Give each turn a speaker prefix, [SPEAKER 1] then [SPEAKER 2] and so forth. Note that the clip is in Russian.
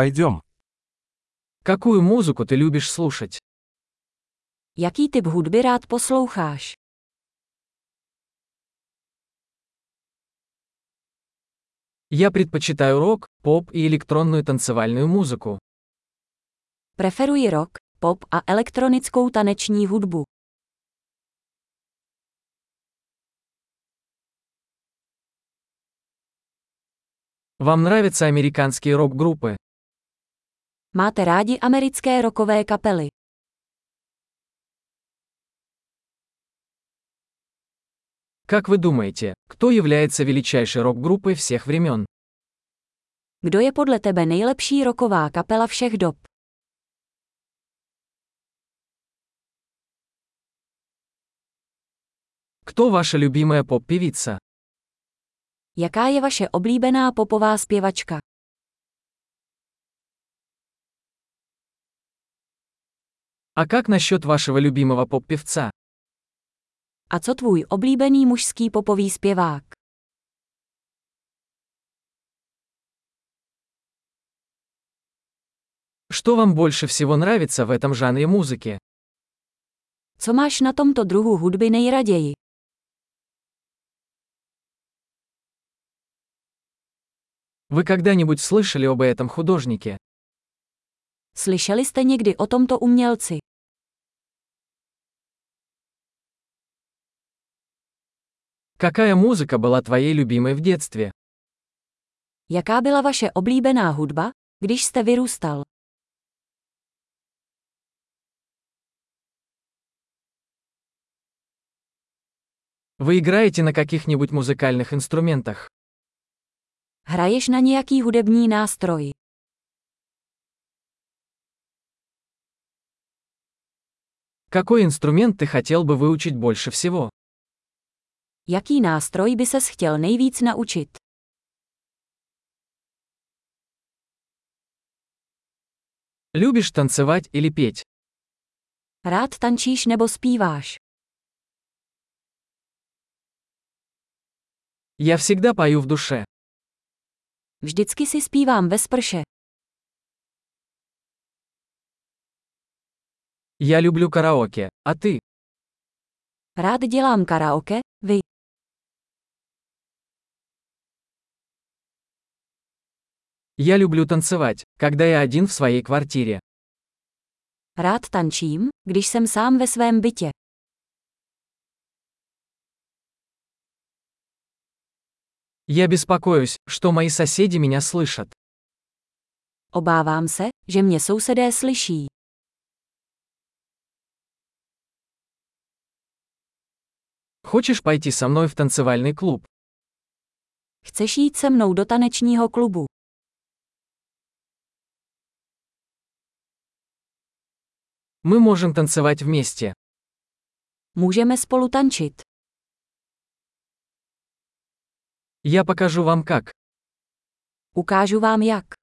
[SPEAKER 1] Пойдем.
[SPEAKER 2] Какую музыку ты любишь слушать?
[SPEAKER 3] Jaký typ hudby rád posloucháš?
[SPEAKER 2] Я предпочитаю рок, поп и электронную танцевальную музыку.
[SPEAKER 3] Preferuji rock, pop a elektronickou taneční hudbu.
[SPEAKER 2] Вам нравятся американские рок-группы?
[SPEAKER 3] Máte rádi americké rokové kapely?
[SPEAKER 2] Как вы думаете, кто является величайшей рок-группой всех времен?
[SPEAKER 3] Kdo je podle tebe nejlepší roková kapela všech dob?
[SPEAKER 2] Кто ваша любимая поп-певица?
[SPEAKER 3] Jaká je vaše oblíbená popová zpěvačka?
[SPEAKER 2] А как насчет вашего любимого поп-певца?
[SPEAKER 3] A co tvůj oblíbený mužský popový zpěvák?
[SPEAKER 2] Что вам больше всего нравится в этом жанре музыки?
[SPEAKER 3] Co máš na tomto druhu hudby nejraději?
[SPEAKER 2] Вы когда-нибудь слышали об этом художнике?
[SPEAKER 3] Slyšeli jste někdy o tomto umělci?
[SPEAKER 2] Какая музыка была твоей любимой в детстве?
[SPEAKER 3] Jaká byla vaše oblíbená hudba, když jste vyrůstal?
[SPEAKER 2] Вы играете на каких-нибудь музыкальных инструментах?
[SPEAKER 3] Hraješ na nějaký hudební nástroj?
[SPEAKER 2] Какой инструмент ты хотел бы выучить больше всего?
[SPEAKER 3] Jaký nástroj by ses chtěl nejvíc naučit?
[SPEAKER 2] Любишь танцевать или петь?
[SPEAKER 3] Rád tančíš nebo zpíváš?
[SPEAKER 2] Я всегда пою в душе.
[SPEAKER 3] Vždycky si zpívám ve sprše.
[SPEAKER 2] Я люблю караоке. А ты?
[SPEAKER 3] Rád dělám karaoke, vy.
[SPEAKER 2] Я люблю танцевать, когда я один в своей квартире.
[SPEAKER 3] Rád tančím, když jsem sám ve svém bytě.
[SPEAKER 2] Я беспокоюсь, что мои соседи меня слышат.
[SPEAKER 3] Obávám se, že mě sousedé slyší.
[SPEAKER 2] Хочешь пойти со мной в танцевальный клуб?
[SPEAKER 3] Chceš jít se mnou do tanečního klubu?
[SPEAKER 2] Мы можем танцевать вместе.
[SPEAKER 3] Můžeme spolu tančit.
[SPEAKER 2] Я покажу вам как.
[SPEAKER 3] Ukážu vám jak.